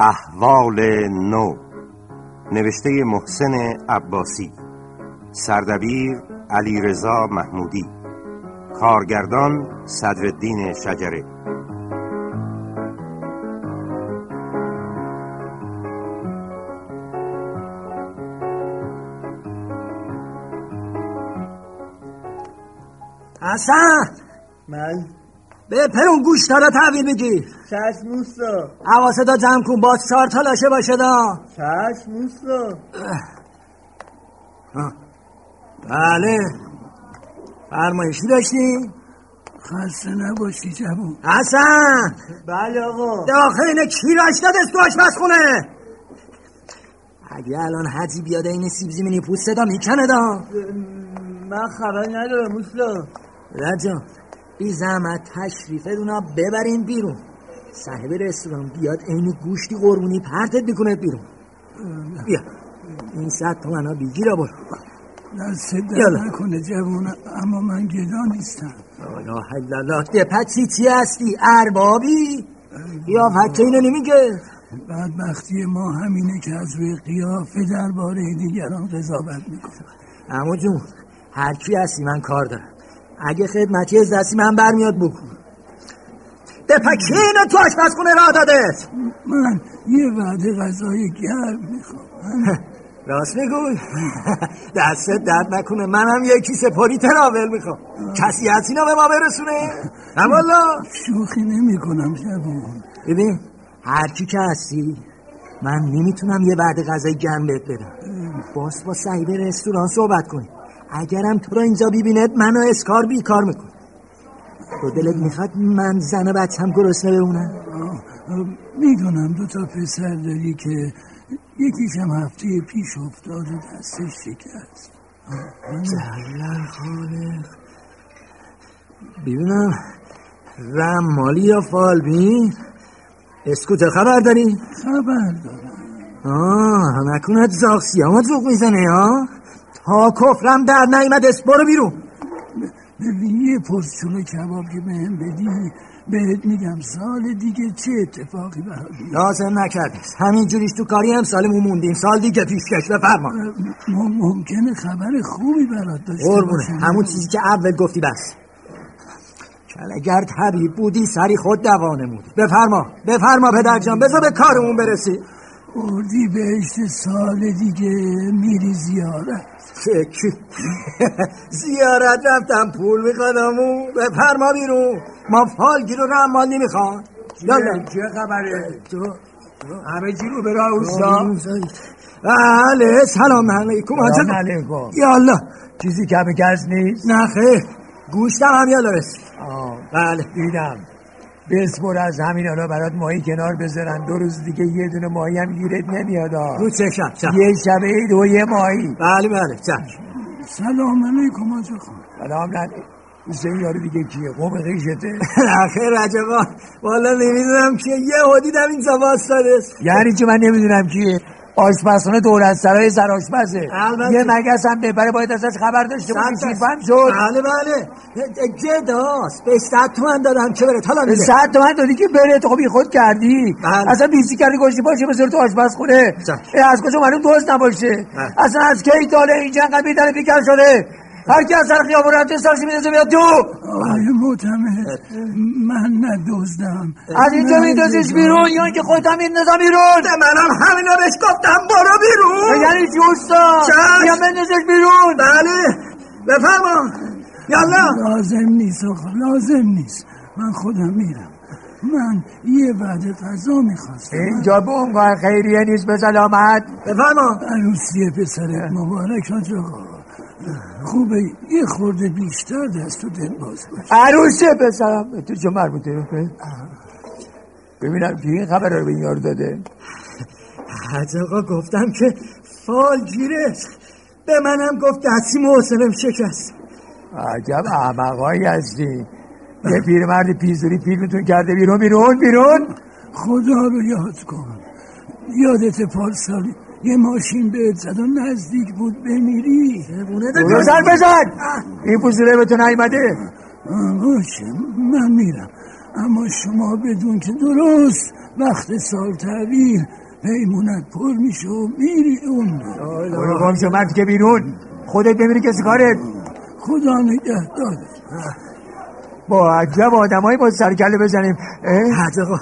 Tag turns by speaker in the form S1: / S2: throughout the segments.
S1: احوال نو نوشته محسن عباسی سردبیر علی رضا محمودی کارگردان صدرالدین شجره
S2: حسن
S3: من
S2: به پرون گوش تا تحویل بگیر
S3: چشم موسا
S2: حواسه دا جمع کن باز چهار تا لاشه باشه دا
S3: چشم موسا
S2: بله فرمایشی داشتی؟
S4: خسته نباشی جوون
S2: حسن
S3: بله آقا
S2: داخل اینه کی راش دادست تو آشپزخونه اگه الان حجی بیاده این سیب زمینی پوست دا میکنه دا
S3: من خبر ندارم موسا
S2: رجا بی زحمت تشریف دونا ببرین بیرون صاحب رستوران بیاد عین گوشتی قربونی پرتت میکنه بیرون بیا این صد تومن ها بیگیر برو
S4: دست
S2: یالا.
S4: در نکنه جوون اما من گدا نیستم
S2: لا حل الله دپچی چی هستی اربابی یا فکر اینو نمیگه
S4: بدبختی ما همینه که از روی قیافه درباره دیگران قضاوت میکنه
S2: اما جون هر کی هستی من کار دارم اگه خدمتی از دستی من برمیاد بکن دپچی اینو تو آشپزخونه راه دادت
S4: من یه وعده غذای گرم میخوام
S2: راست میگوی دستت درد نکنه منم یه کیسه پری تراول میخوام کسی از اینا به ما برسونه همالا
S4: شوخی نمیکنم جوون
S2: ببین هر کی که هستی من نمیتونم یه وعده غذای گرم بهت بدم باز با صاحب رستوران صحبت کنی اگرم تو رو اینجا ببیند منو اسکار بیکار میکن تو دلت میخواد من زن و بچم گرسنه بمونم
S4: آه، آه، میدونم دو تا پسر داری که یکیشم هفته پیش افتاد و دستش شکست آه، من
S2: زلال خالق ببینم رمالی یا فالبین اسکوت خبر داری؟
S4: خبر دارم
S2: آه نکنه زاخسی ها زوق میزنه ها تا کفرم در نیمد برو بیرون
S4: ببین یه پرچوله کباب که بهم بدی بهت میگم سال دیگه چه اتفاقی برات میفته.
S2: لازم نکرد همین جوریش تو کاری امسالمون موندیم سال دیگه پیشکش بفرما
S4: م- آره، ممکنه خبر خوبی برات داشته
S2: قربونه
S4: باشم.
S2: همون چیزی که اول گفتی بس اگر طبیب بودی سری خود دوانمون بفرما بفرما پدر جان بذار به کارمون برسی
S4: اردی بهشت سال دیگه آره. میری زیارت
S2: چه کی؟ زیارت رفتم پول میخوادمون بفرما بیرون ما فالگیر و رمال نمیخوان یالا
S3: چه خبره
S2: تو
S3: همه چی رو برای اوستا
S2: بله سلام علیکم
S3: سلام
S2: آجا.
S3: علیکم.
S2: یالا
S3: چیزی کم کس نیست
S2: نه خیر گوشتم هم یالا رسید
S3: آه،
S2: بله
S3: دیدم بسپر از همین حالا برات ماهی کنار بذارن دو روز دیگه یه دونه ماهی هم گیرت نمیاد آه.
S2: رو چشم چشم
S3: یه شبه عید و یه ماهی
S2: بله بله چشم
S4: سلام علیکم آجا خان
S3: سلام نه حسین یارو دیگه کیه قوم قیشته
S2: نه خیر رجبا والا نمیدونم که یه هدی در اینجا باستادست
S3: یعنی چی من نمیدونم کیه آشپزخونه دولت سرای سرآشپزه
S2: البته.
S3: یه مگس هم ببره باید ازش خبر داشته باشی کیفم شد
S2: بله بله گداست به صد تومن دادم که برات حالا میده
S3: ساعت تو من دادی که بره تو خب خود کردی
S2: بله.
S3: اصلا بیسی کردی گوشتی باشه بذار تو آشپزخونه
S2: بله.
S3: اه، از کجا معلوم دوست نباشه اصلا از کی داره اینجا انقدر بیدن پیکر شده هر کی از سر خیابون رفته سرش میدازه میاد تو
S2: بله.
S4: آقای معتمد من ندزدم
S3: از اینجا میدازیش بیرون یا اینکه خودت هم میندازم بیرون
S2: منم همینا بهش گفتم برو بیرون
S3: یعنی چی اوستا
S2: چشم.
S3: یا بندازش بیرون
S2: بله بفرما یالا
S4: لازم نیست آقا لازم نیست من خودم میرم من یه وعده غذا میخواستم
S3: اینجا به عنوان خیریه نیست به سلامت
S2: بفرما
S4: عروسی پسرت مبارک حاج آقا خوبه یه خورده بیشتر دست و دل باز باش
S3: عروسه پسرم تو چه مربوطه ببینم که این خبر رو به این یارو داده
S2: حاج آقا گفتم که فال گیرست به منم گفت دستی محسنم شکست
S3: عجب احمقایی هستی یه پیرمرد پیزوری پیلتون کرده بیرون بیرون بیرون
S4: خدا رو یاد کن یادت پارسال یه ماشین بهت زد و نزدیک بود بمیری
S3: برو سر بزن این پوزوره به تو نیمده
S4: آه، باشه من میرم اما شما بدون که درست وقت سال تعبیر پیمونت پر میشه و میری اون رو
S3: برو گم شو مرد که بیرون خودت بمیری کسی کارت
S4: خدا نگهداره
S3: با عجب آدمایی با سرکله بزنیم اه؟
S2: حاج آقا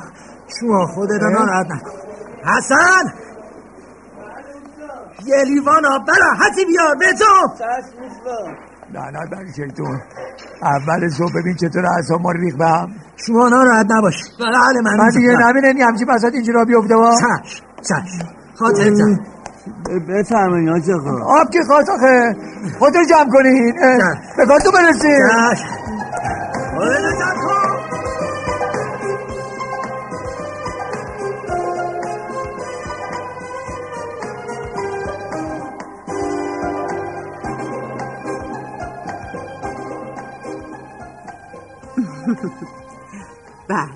S2: شما خودت رو
S3: اه؟
S2: ناراحت نکن حسن یه لیوان آب برا حسی بیار به تو
S3: نه نه بر شیطون اول صبح ببین چطور اعصاب ما ریخ به هم
S2: شما ناراحت نباش بله من
S3: من دیگه
S2: می‌ذارم.
S3: نبینه نی همچی بسات اینجورا بیفته با
S2: چشم چشم خاطر جمع
S5: بفرمایین آج آقا
S3: آب که خواست آخه خودتون جمع کنین اه؟
S2: نه.
S3: به کارتون
S6: بله.
S3: برسین
S2: چشم خودتو جمع کن.
S6: بله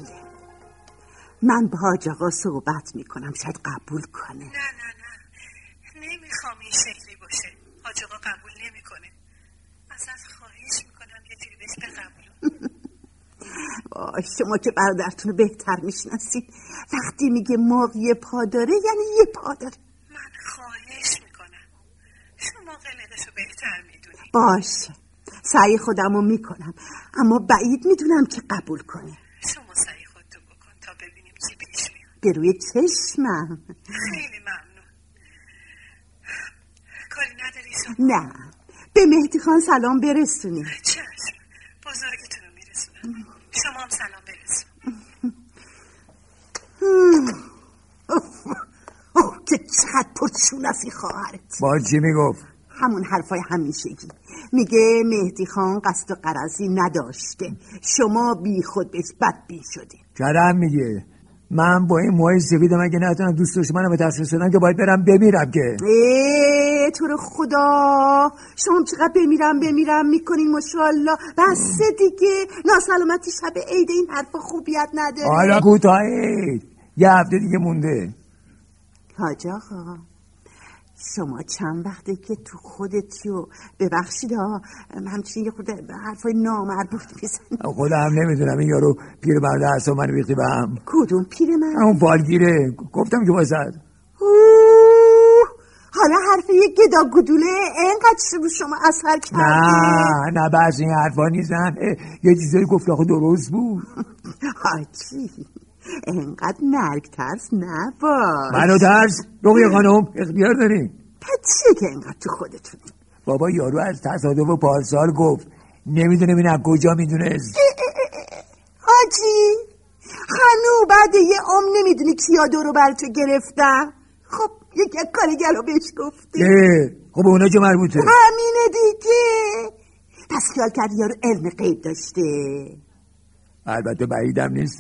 S6: من با حاج آقا صحبت میکنم شاید قبول کنه
S7: نه نه نه نمیخوام این شکلی باشه حاج آقا قبول نمیکنه ازت خواهش میکنم یه جوری بهش بقبول
S6: وای شما که برادرتون رو بهتر میشناسید وقتی میگه مرغ یه پا داره یعنی یه پا داره
S7: من خواهش میکنم شما قلقشو بهتر میدونی
S6: باشه سعی خودم رو میکنم اما بعید میدونم که قبول کنه
S7: شما سعی خودتو بکن تا ببینیم چی پیش میاد
S6: به روی چشمم
S7: خیلی ممنون کاری نداری شما
S6: نه به مهدی خان سلام برسونی
S7: چشم بزرگتون رو میرسونم شما هم سلام برسون
S6: اوه که چقدر پرچون است این خواهرت
S3: با چی میگفت
S6: همون حرفای همیشگی میگه مهدی خان قصد و قرضی نداشته شما بی خود بهش بدبین شده
S3: کرم میگه من با این موهای سفیدم اگه نتونم دوست دشمنم به تشخیص بدم که باید برم بمیرم که
S6: ای تو رو خدا شما چقدر بمیرم بمیرم میکنین مشالله بسه دیگه ناسلامتی شب عید این حرفا خوبیت نداره
S3: حالا کوتاهی یه هفته دیگه مونده
S6: حاج آقا شما چند وقته که تو خودتی و ببخشید ها همچنین یه خود حرفای نامربوط میزنی
S3: خودم نمیدونم این یارو پیر برده اصلا من ریختی به هم
S6: کدوم پیر من
S3: همون بالگیره گفتم که بازد
S6: اوه، حالا حرف یه گدا گدوله انقدر رو شما اثر کرده
S3: نه نه بعض این حرفا نیزن یه چیزایی گفت آخه درست بود
S6: حاجی انقدر مرگ ترس نباش
S3: منو ترس رقیه خانم اختیار داریم
S6: پس چیه که انقدر تو خودتون
S3: بابا یارو از تصادف پارسال گفت نمیدونم این از کجا میدونست
S6: حاجی هنو بعد یه عمر نمیدونی کیا دورو بر تو گرفتم خب یکی از کارگر رو بهش گفتی
S3: اه، خب به اونا چه مربوطه
S6: همینه دیگه پس خیال کردی یارو علم غیب داشته
S3: البته بعیدم نیست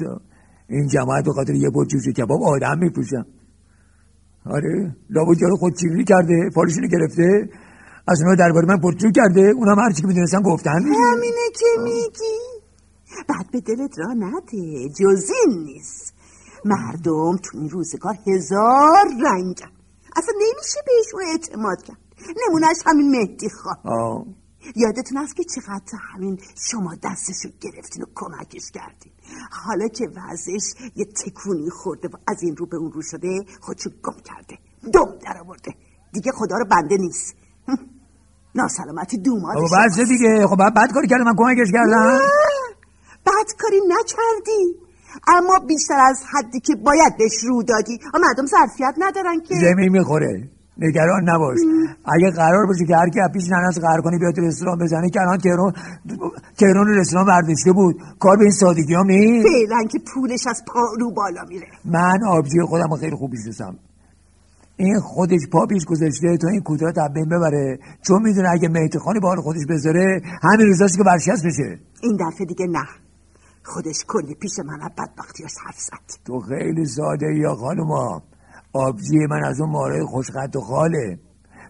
S3: این جماعت به خاطر یه پرچوش کباب آدم میپوشن آره لابد یارو خود چیری کرده پالشونو گرفته از اونا درباره من پرچو کرده اونا هم هرچی که میدونستن گفتن
S6: همینه که میگی بعد به دلت را نده جز این نیست مردم تو این روزگار هزار رنگن اصلا نمیشه بهشون اعتماد کرد نمونهش همین مهدی خان
S3: آه.
S6: یادتون هست که چقدر همین شما دستشو گرفتین و کمکش کردین حالا که وضعش یه تکونی خورده و از این رو به اون رو شده خودشو گم کرده دم در آورده دیگه خدا رو بنده نیست هم. ناسلامتی دوماد
S3: بابا
S6: شماست.
S3: بس دیگه خب بعد بد کاری کردم من کمکش کردم
S6: بد کاری نکردی اما بیشتر از حدی که باید بهش رو دادی و مردم ظرفیت ندارن که
S3: زمین میخوره نگران نباش اگه قرار باشه که هر کی از پیش ننس قرار کنی بیاد تو رستوران بزنه که الان تهران تهران رو رستوران برداشته بود کار به این سادگی هم نیست
S6: فعلا که پولش از پا رو بالا میره
S3: من آبجی خودم رو خیلی خوب میشناسم این خودش پا پیش گذاشته تا این کوتاه تبین ببره چون میدونه اگه مهدی خانی به حال خودش بذاره همین روزاش که برشکست بشه
S6: این دفعه دیگه نه خودش کلی پیش من از بدبختیاش حرف زد
S3: تو خیلی ساده ای یا خانوما آبجی من از اون مارای خوشخط و خاله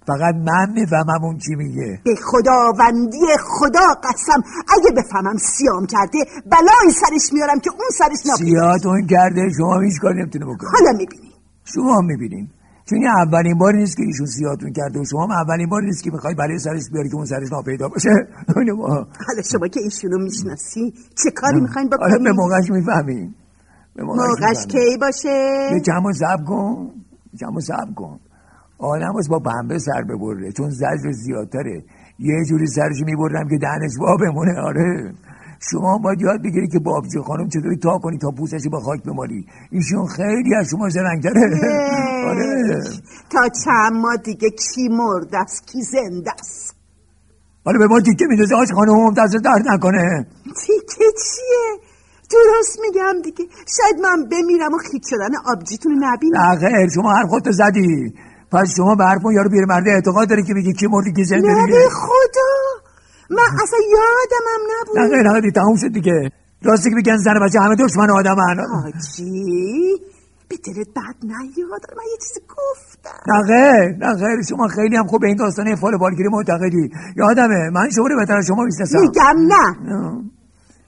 S3: فقط من میفهمم اون چی میگه
S6: به خداوندی خدا قسم اگه بفهمم سیام کرده بلایی سرش میارم که اون سرش نبود
S3: سیاتون کرده شما هم هیچ کاری نمیتونه بکنید
S6: حالا میبینی
S3: شما هم میبینین چون این اولین بار نیست که ایشون سیاتون کرده و شما هم اولین بار نیست که میخوای برای سرش بیاری که اون سرش ناپیدا باشه اونو ما
S6: حالا شما که ایشونو میشناسی چه کاری میخواین
S3: آره به بله.
S6: بکنین
S3: موقعش میفهمیم به
S6: موقعش
S3: می‌فهمیم.
S6: کی باشه
S3: یه کم سب کن یه کم سب کن آدم باز با بمبه سر ببره چون زجر زیادتره یه جوری سرش میبرم که دهنش وا بمونه آره شما باید یاد بگیری که بابجی خانم چطوری تا کنی تا پوستش رو به خاک بمالی ایشون خیلی از شما زرنگتره آره
S6: تا چند ماه دیگه کی مرد است کی زنده است
S3: حالا آره، به ما تیکه میدازه آش خانم دست درد نکنه
S6: تیکه چیه درست میگم دیگه شاید من بمیرم و خیت شدن آبجیتون رو نبینم
S3: نه خیر شما حرف خودتو زدی پس شما به حرف اون یارو پیرمرده اعتقاد داری که میگی کی مردی کی زنده
S6: نه
S3: دیگه
S6: به خدا من اصلا یادمم
S3: نه
S6: نبود
S3: غیر عادی تموم شد دیگه راستی که میگن زن و بچه همه دشمن آدم
S6: حاجی به دلت بد نیاد من یه چیزی گفتم
S3: نه غیر نه غیر شما خیلی هم خوب به این داستانه فال بالگیری معتقدی یادمه من شما رو بهتر از شما میشناسم
S6: میگم نه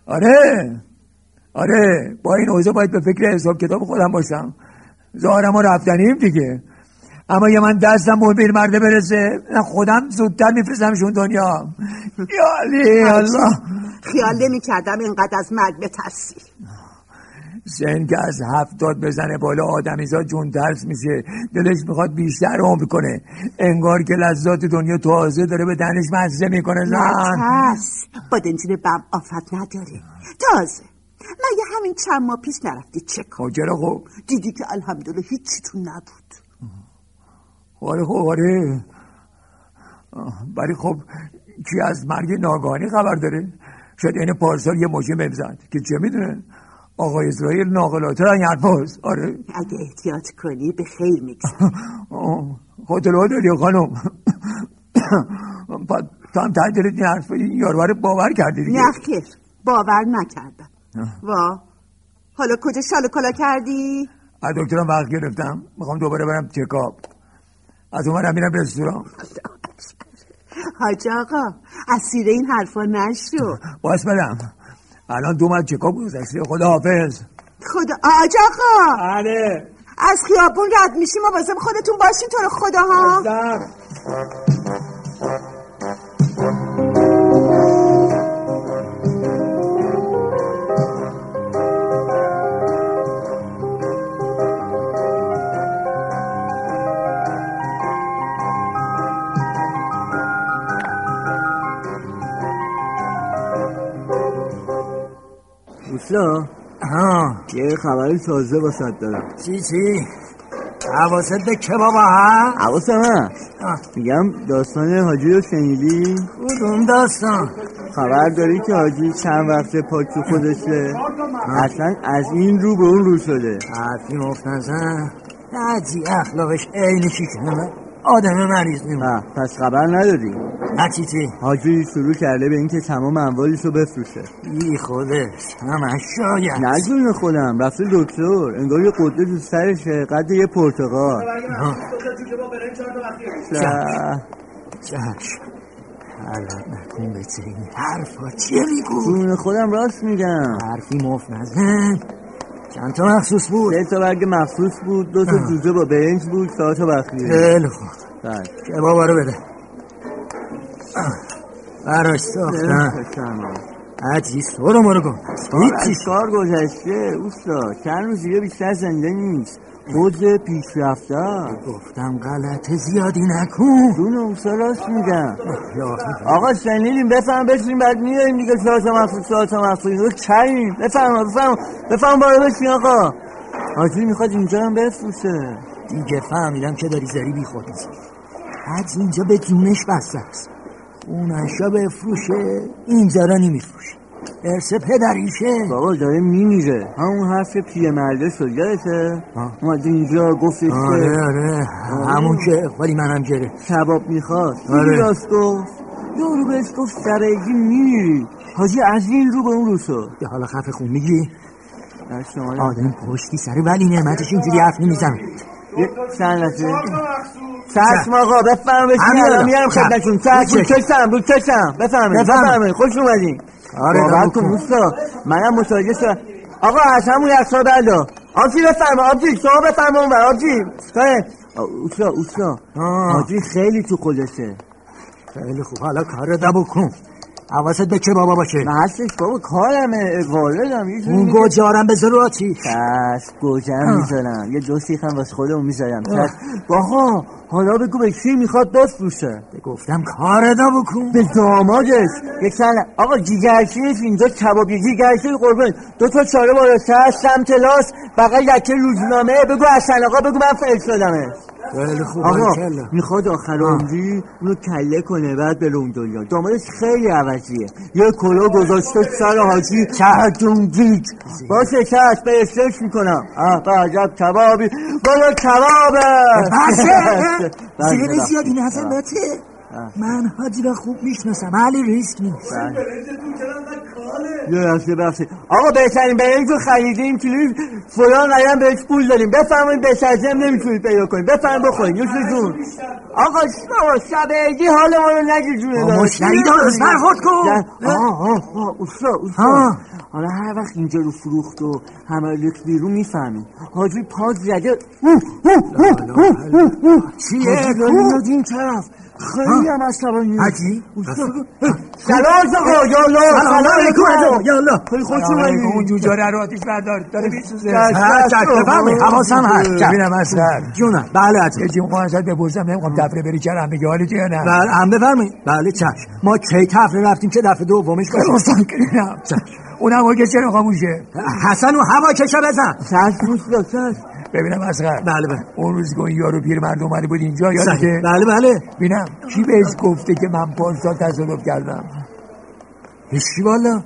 S3: آره آره با این اوضاع باید به فکر حساب کتاب خودم باشم ظاهرم ما رفتنیم دیگه اما یه من دستم به پیر مرده برسه نه خودم زودتر میفرستمشون دنیا یالی الله
S6: خیال نمی کردم اینقدر از مرگ بترسی
S3: سن که از هفتاد بزنه بالا آدمیزاد جون ترس میشه دلش میخواد بیشتر عمر کنه انگار که لذات دنیا تازه داره به دنش مزه میکنه زن
S6: نترس بادنجون بم آفت نداره تازه مگه همین چند ماه پیش نرفتی چه کار
S3: خب چرا خب
S6: دیدی که الحمدلله هیچی تو نبود
S3: آره خب آره آه، ولی خب کی از مرگ ناگهانی خبر داره شاید این پارسال یه ماشین بهم زد که چه میدونه آقای اسرائیل ناقلاتر این حرفاست آره
S6: اگه احتیاط کنی به خیر میگذره
S3: آه، خود لو داری خانم پس تو هم ته دلت این حرف این یارو رو باور کردی دیگه
S6: نه خیر باور نکردم وا حالا کجا شال و کلا کردی؟
S3: از دکترم وقت گرفتم میخوام دوباره برم چکاپ از اون برم میرم رستوران
S6: حاج آقا اسیر این حرفا نشو
S3: باز بدم الان دو من چکاپ گذشته خدا حافظ
S6: خدا آج آقا
S3: آره
S6: از خیابون رد میشیم مواظب خودتون باشین تو رو خدا ها
S5: دوستا
S2: ها
S5: یه خبری تازه واسط دارم
S2: چی چی حواست به که بابا ها
S5: حواسم هست
S2: آه.
S5: میگم داستان حاجی رو شنیدی
S2: کدوم داستان
S5: خبر داری که حاجی چند وقت پاک تو خودشه اصلا از این رو به اون رو شده
S2: حرفی مفت نزن بعضی اخلاقش عین چی کنه آدم مریض میمونه
S5: آه، پس خبر نداری
S2: نه چی چی
S5: حاجی شروع کرده به اینکه تمام اموالش رو بفروشه
S2: بی خودش همش شاید
S5: نه جون خودم رفته دکتر انگار یه قده تو سرشه قد یه پرتقال نه.
S2: چش حالت نکن به چه این حرفا چیه میگو
S5: جون خودم راست میگم
S2: حرفی مفت نزن چند تا مخصوص بود
S5: سه تا برگ مخصوص بود دو تا
S2: آه.
S5: جوجه با برنج بود چهار تا بخیه
S2: خیلی خوب که بابا رو بده آه، براش ساختم حتی سورو مرو گم
S5: هیچی کار گذشته اوستا چند روز دیگه بیشتر زنده نیست خود پیشرفته است.
S2: گفتم غلط زیادی نکن
S5: جون اوستا راست میگم
S2: لاغ می‌کنی.
S5: آقا شنیدیم بفهم بشین بعد میایم دیگه چهار تا مخصوص چهار تا مخصوص اینو کریم بفهم بفهم بفهم بالا بشین آقا حاجی میخواد اینجا هم بفروشه
S2: دیگه فهمیدم که داری زری بی خود میزنی حجز اینجا به جونش بسته است اونشا بفروشه اینجا را نمیفروشه ارسه پدریشه
S5: بابا داره میمیره همون حرف پیه مرده شد یادته
S2: آه.
S5: اومد اینجا گفتش که
S2: آره آره همون که ولی منم گره
S5: کباب میخواست
S2: آره.
S5: دیدی راست گفت یارو بهش گفت سرگی میری حاجی از این رو به اون رو شد
S2: به حالا خفه خون میگی
S5: دست شما را.
S2: آدم پشتی سره ولی نعمتش اینجوری حرف نمیزن
S5: یه- چند لحظه چشم آقا بفهم
S2: همین
S5: بشین الان
S2: الان.
S5: میرم
S2: چشم.
S5: خدمتشون چشم رو
S2: چشم.
S5: کشم رو کشم بفهمید
S2: بفهمید.
S5: بفهمید خوش اومدین
S2: آره،
S5: باور
S2: قبول
S5: کن
S2: کن.
S5: دوستا منم متوجه شدم بله. آقا از همون یخچال بلا آبجی بفرما آبجی شما بفرما اون بر آبجی اوسا اوسا حاجی خیلی تو خودشه
S2: خیلی خوب حالا کار دبو کن حواست به چه بابا باشه
S5: نه هستش بابا کارمه واردم یه جوری
S2: اون
S5: میگه-
S2: گجارم به زور آتیش
S5: پس گوجم میذارم یه دو سیخ هم واسه خودمون میذارم پس باها حالا بگو به کی میخواد بفروشه
S2: گفتم کار دبو کن
S5: به دامادش یک سن آقا جیگرشیف اینجا کبابی جیگرشیف قربون دو تا چاره بالاتر سمت لاس بغل لکه روزنامه بگو حسن آقا بگو من فرستادمش
S2: خیلی خوب
S5: آقا
S2: بارکلا.
S5: میخواد آخر عمری اونو کله کنه بعد به دنیا دامادش خیلی عوضیه یه کلا گذاشته سر حاجی چهدونگیج باشه چشم به استرس میکنم اه به عجب کبابی بابا
S2: بسه
S5: کبابه
S2: زیر زیادی نزن بته من حاجی را خوب میشناسم علی ریسک نیست
S5: یه لحظه بخشید آقا بهترین برنج رو خریدیم کلیف فلان قیم بهش پول دادیم بفرمایید بهترین هم نمیتونید پیدا کنید بفرمایید بخورید یوسف جون آقا شما شب عیدی حال ما رو نگیر جونه
S2: با مشتری درست برخورد کن.
S5: آه آه آه اوستا
S2: ها.
S5: اوستا حالا هر وقت اینجا رو فروخت و همه رو ریخت بیرون میفهمید حاجی پاز زده اوه، اوه، اوه، اوه، اوه، اوه.
S2: چیه؟
S5: حاجی داره میاد یعنی این طرف خیلی هم عصبانی
S2: حاجی؟
S5: سلام آقا یا الله
S2: سلام علیکم بله، حاجی. یا الله.
S5: خیلی خوش
S3: سلام علیکم.
S5: اومدید.
S3: اون جوجاره رو آتیش بردار داره میسوزه
S2: هر چک بفهمی حواسم هست چک.
S3: ببینم از سر
S2: جونم بله حاجی
S3: یه جیم خواهد ازت بپرسم نمیخوام تفره بری چرا هم بگی حالتی یا نه
S2: بله هم بفرمایید بله چشم ما کی تفره رفتیم که دفعه دومش کنیم
S3: بپرسم که نه اونم آگه چرا خاموشه
S2: حسن و هوا کشه بزن
S5: چشم دوستا چشم
S3: ببینم از
S2: بله بله
S3: اون روز که اون یارو پیر مرد اومده بود اینجا
S2: صحیح.
S3: یادته
S2: بله بله
S3: بینم کی بهش گفته که من پارسال تصادف کردم
S2: هیچی والا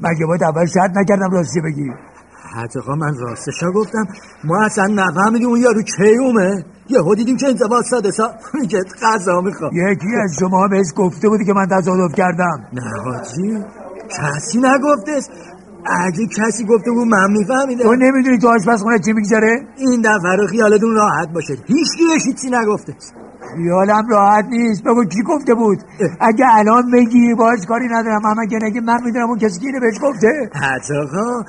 S3: مگه باید اول شرط نکردم راستی بگی
S2: حتی آقا من راستشا گفتم ما اصلا نفهمیدیم اون یارو کی اومه یهو دیدیم که انتباه ساده سا میگه غذا میخوام
S3: یکی از شما بهش گفته بودی که من تصادف کردم
S2: نه حاجی کسی نگفتش اگه کسی گفته بود من
S3: تو
S2: میفهمیدم
S3: نمیدونی تو آشپزخونه چی میگذره
S2: این دفعه رو خیالتون راحت باشه هیچکی بهش هیچی نگفته
S3: خیالم راحت نیست بگو کی گفته بود اگه الان بگی باش کاری ندارم اما که نگی من میدونم اون کسی که اینو بهش گفته
S2: حتی آقا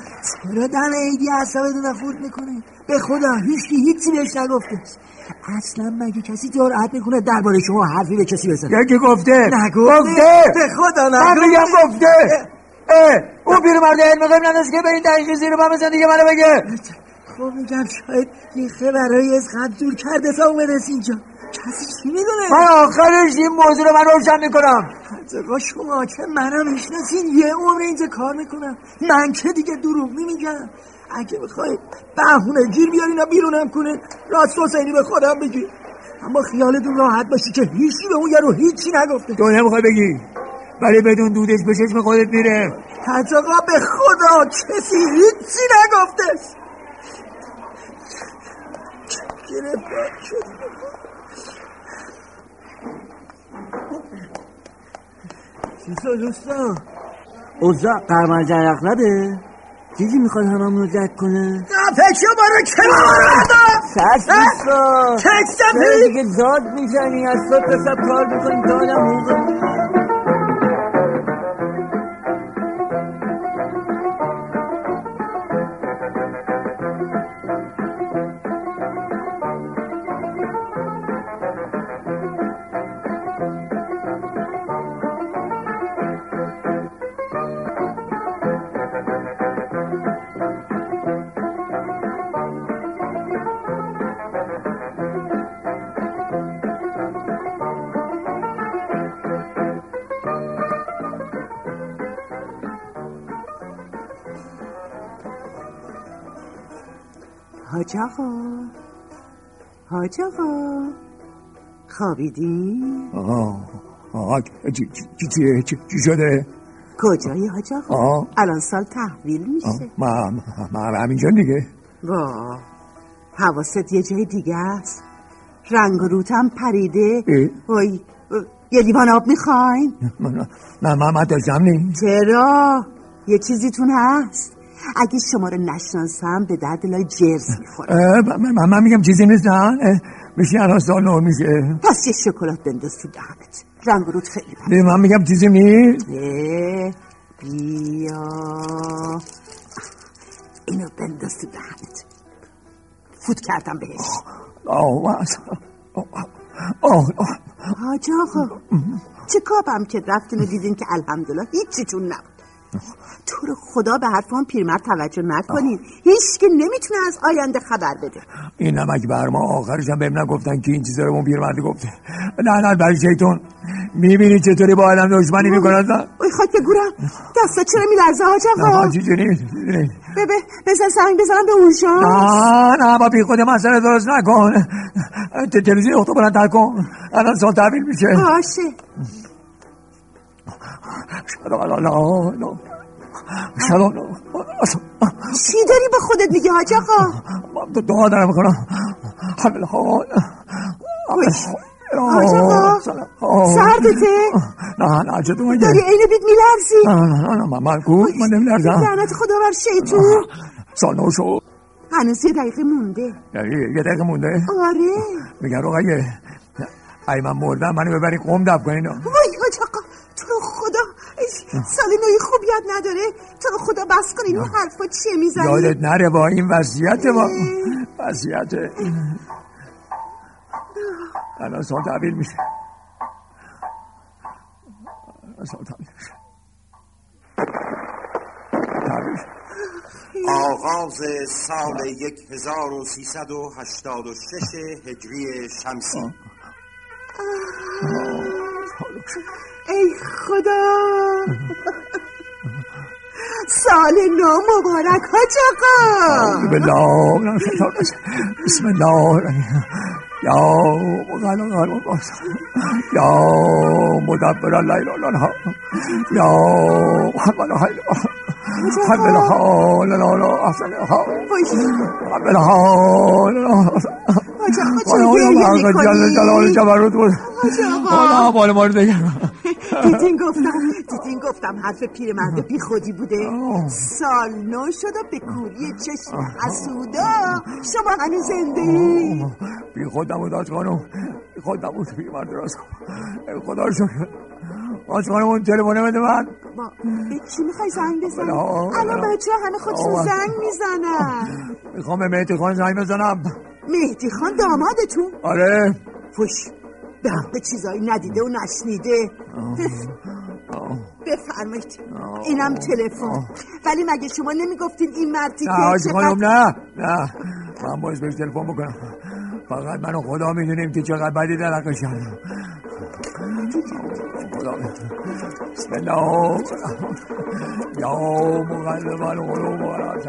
S2: چرا دن عیدی اصابتون رو خورد میکنه به خدا هیچکی هیچی بهش نگفته اصلا مگه کسی جرأت میکنه درباره شما حرفی به کسی بزنه
S3: یکی گفته
S2: نگفته.
S3: گفته
S2: به خدا
S3: من
S2: نگفته.
S3: بگم گفته اه اون پیرمرد علم غیب نداشت که به این دقیقی زیر من بزن دیگه منو بگه
S2: خب میگم شاید یه خبرهایی از قبل دور کرده تا اومدس اینجا کسی چی میدونه
S3: من آخرش این موضوع رو من روشن میکنم
S2: آقا شما که منم میشناسین یه عمر اینجا کار میکنم من که دیگه دروغ نمیگم اگه بخواید بهونه گیر بیارینا بیرونم کنه راست حسینی به خودم بگی اما خیالتون راحت باشه که هیچی به اون یارو هیچی نگفته
S3: تو نمیخوای بگی ولی بدون دودش به چشم خودت میره
S2: حتی آقا به خدا کسی هیچی نگفته گرفتار شدیم.
S5: دوستا دوستا اوزا قرمز جرق نده دیدی میخواد هممون رو جد کنه
S2: قفشو برو کنار آدم
S5: چشم دوستا
S2: کشتم
S5: چرا دیگه داد میزنی از صبح تا شب کار میکنی دادم حقوق
S6: حاج آقا حاج آقا خوابیدی؟
S3: آها آها چی چی چی چی- چی شده
S6: کجایی حاج آقا؟
S3: آه.
S6: الان سال تحویل
S3: آه،
S6: میشه
S3: ما ما- ما همینجا دیگه
S6: وا حواست یه جای دیگه است رنگ و روتم پریده
S3: اه.
S6: وای یه لیوان آب میخواین
S3: من- نه من من داشتم نی
S6: چرا یه چیزیتون هست اگه شما رو نشناسم به درد لای جرز میخورم
S3: اه، من من- من میگم چیزی نیست نه اه، میشه الان سال نو میشه
S6: پس یه شکلات بنداز تو دهنت رنگ و روت خیلی پریده
S3: نه، من میگم چیزی نیست
S6: اه، بیا اینو بنداز تو دهنت فوت کردم بهش
S3: آه آه آه
S6: حاج آقا چه کابم که رفتین و دیدین که الحمدلله هیچیتون نبود تو رو خدا به حرفان پیرمرد توجه نکنین هیچ که نمیتونه از آینده خبر بده
S3: این نمک بر ما آخرش هم بهم نگفتن که این چیزا رو اون پیرمرد گفته لعنت بر شیطون میبینی چطوری با آدم دشمنی میکنن نه
S6: اوی خاک به گورم دستا چرا میلرزه خب. حاج آقا
S3: نه چیزی نیست. نه
S6: ببه بذار سنگ بزنم به اون شانس
S3: نه با بی خود مسئله درست نکن ت- تلویزیون اختو بلند تر کن الان سال تحویل میشه
S6: باشه
S3: لا لا لا لا سلام
S6: چی داری با خودت میگی خب. حاج آقا
S3: دعا دارم میکنم حمل حال
S6: حاج آقا سردته
S3: نه نه چطور مگه
S6: داری عین بیت میلرزی
S3: نه نه نه نه من من کو من نمیلرزم
S6: لعنت خدا بر شیطون
S3: سال نو شو
S6: هنوز یه دقیقه مونده
S3: یعنی یه دقیقه مونده
S6: آره
S3: میگن رو قیه ای من مردم منو ببری قوم دب کنین
S6: وای حاج آقا تو رو خدا ای، سال نوی خوب یاد نداره تو رو خدا بس کن این حرفا چیه میزنی
S3: یادت نره با این وضعیت ما وضعیت الان سال تحویل میشه الان سال تحویل میشه تحویل شد.
S1: آغاز سال 1386 هجری شمسی
S6: ای خدا سال نو مبارک حاج آقا
S3: بسم الله من شیطان رجیم. بسم الله الرحمن. یا مغلق القاس یا مدبر اللیل والنهار یا محمل الحیل حب الحال لا لا احسن الحال
S6: وای
S3: حب الحال لا
S6: حاج آقا چرا گریه
S3: وای جل جلال
S6: میکنی
S3: جبروت بود
S6: حاج
S3: والا
S6: آقا
S3: بال ما رو دیگر
S6: دیدین گفتم دیدین گفتم حرف پیرمرد بی خودی بوده سال نو شد و به کوری چشم حسودا شما هنوز زنده ای
S3: بی خود نبود آج خانم بی خود نبود بی مرد راست کن. ای خدا رو شکر آج خانم اون تلفنه بده من
S6: با به کی میخوای زنگ بزنی؟
S3: بله، آه،
S6: الان
S3: بله.
S6: بچه همه خودشون
S3: آه،
S6: زنگ میزنن
S3: میخوام به مهدی خان زنگ بزنم
S6: مهدی خان دامادتون
S3: آره
S6: فش به حق چیزایی ندیده و نشنیده بفرمایید اینم تلفن ولی مگه شما نمیگفتین این مردی
S3: نه حاج
S6: که
S3: خانم
S6: چقدر
S3: نه نه من باز بهش تلفن بکنم فقط من و خدا میدونیم که چقدر بدی درقش کردم خدا بسم الله یا مقلب القلوب و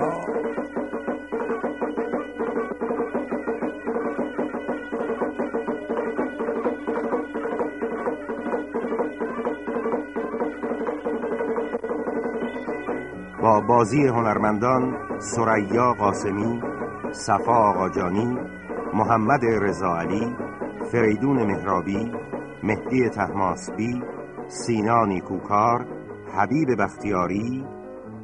S1: با بازی هنرمندان سریا قاسمی صفا آقاجانی محمد رضا علی فریدون مهرابی مهدی تحماسبی سینا نیکوکار حبیب بختیاری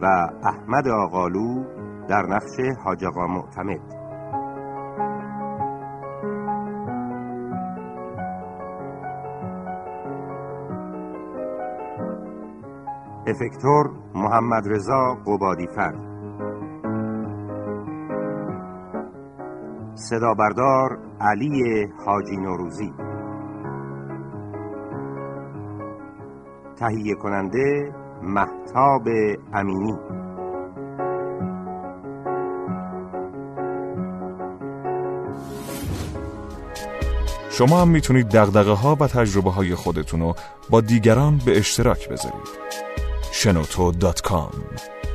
S1: و احمد آقالو در نقش حاج آقا معتمد افکتور محمد رضا قبادی فرد صدا بردار علی حاجی نوروزی تهیه کننده محتاب امینی
S8: شما هم میتونید دقدقه ها و تجربه های خودتون رو با دیگران به اشتراک بذارید شنوتو.com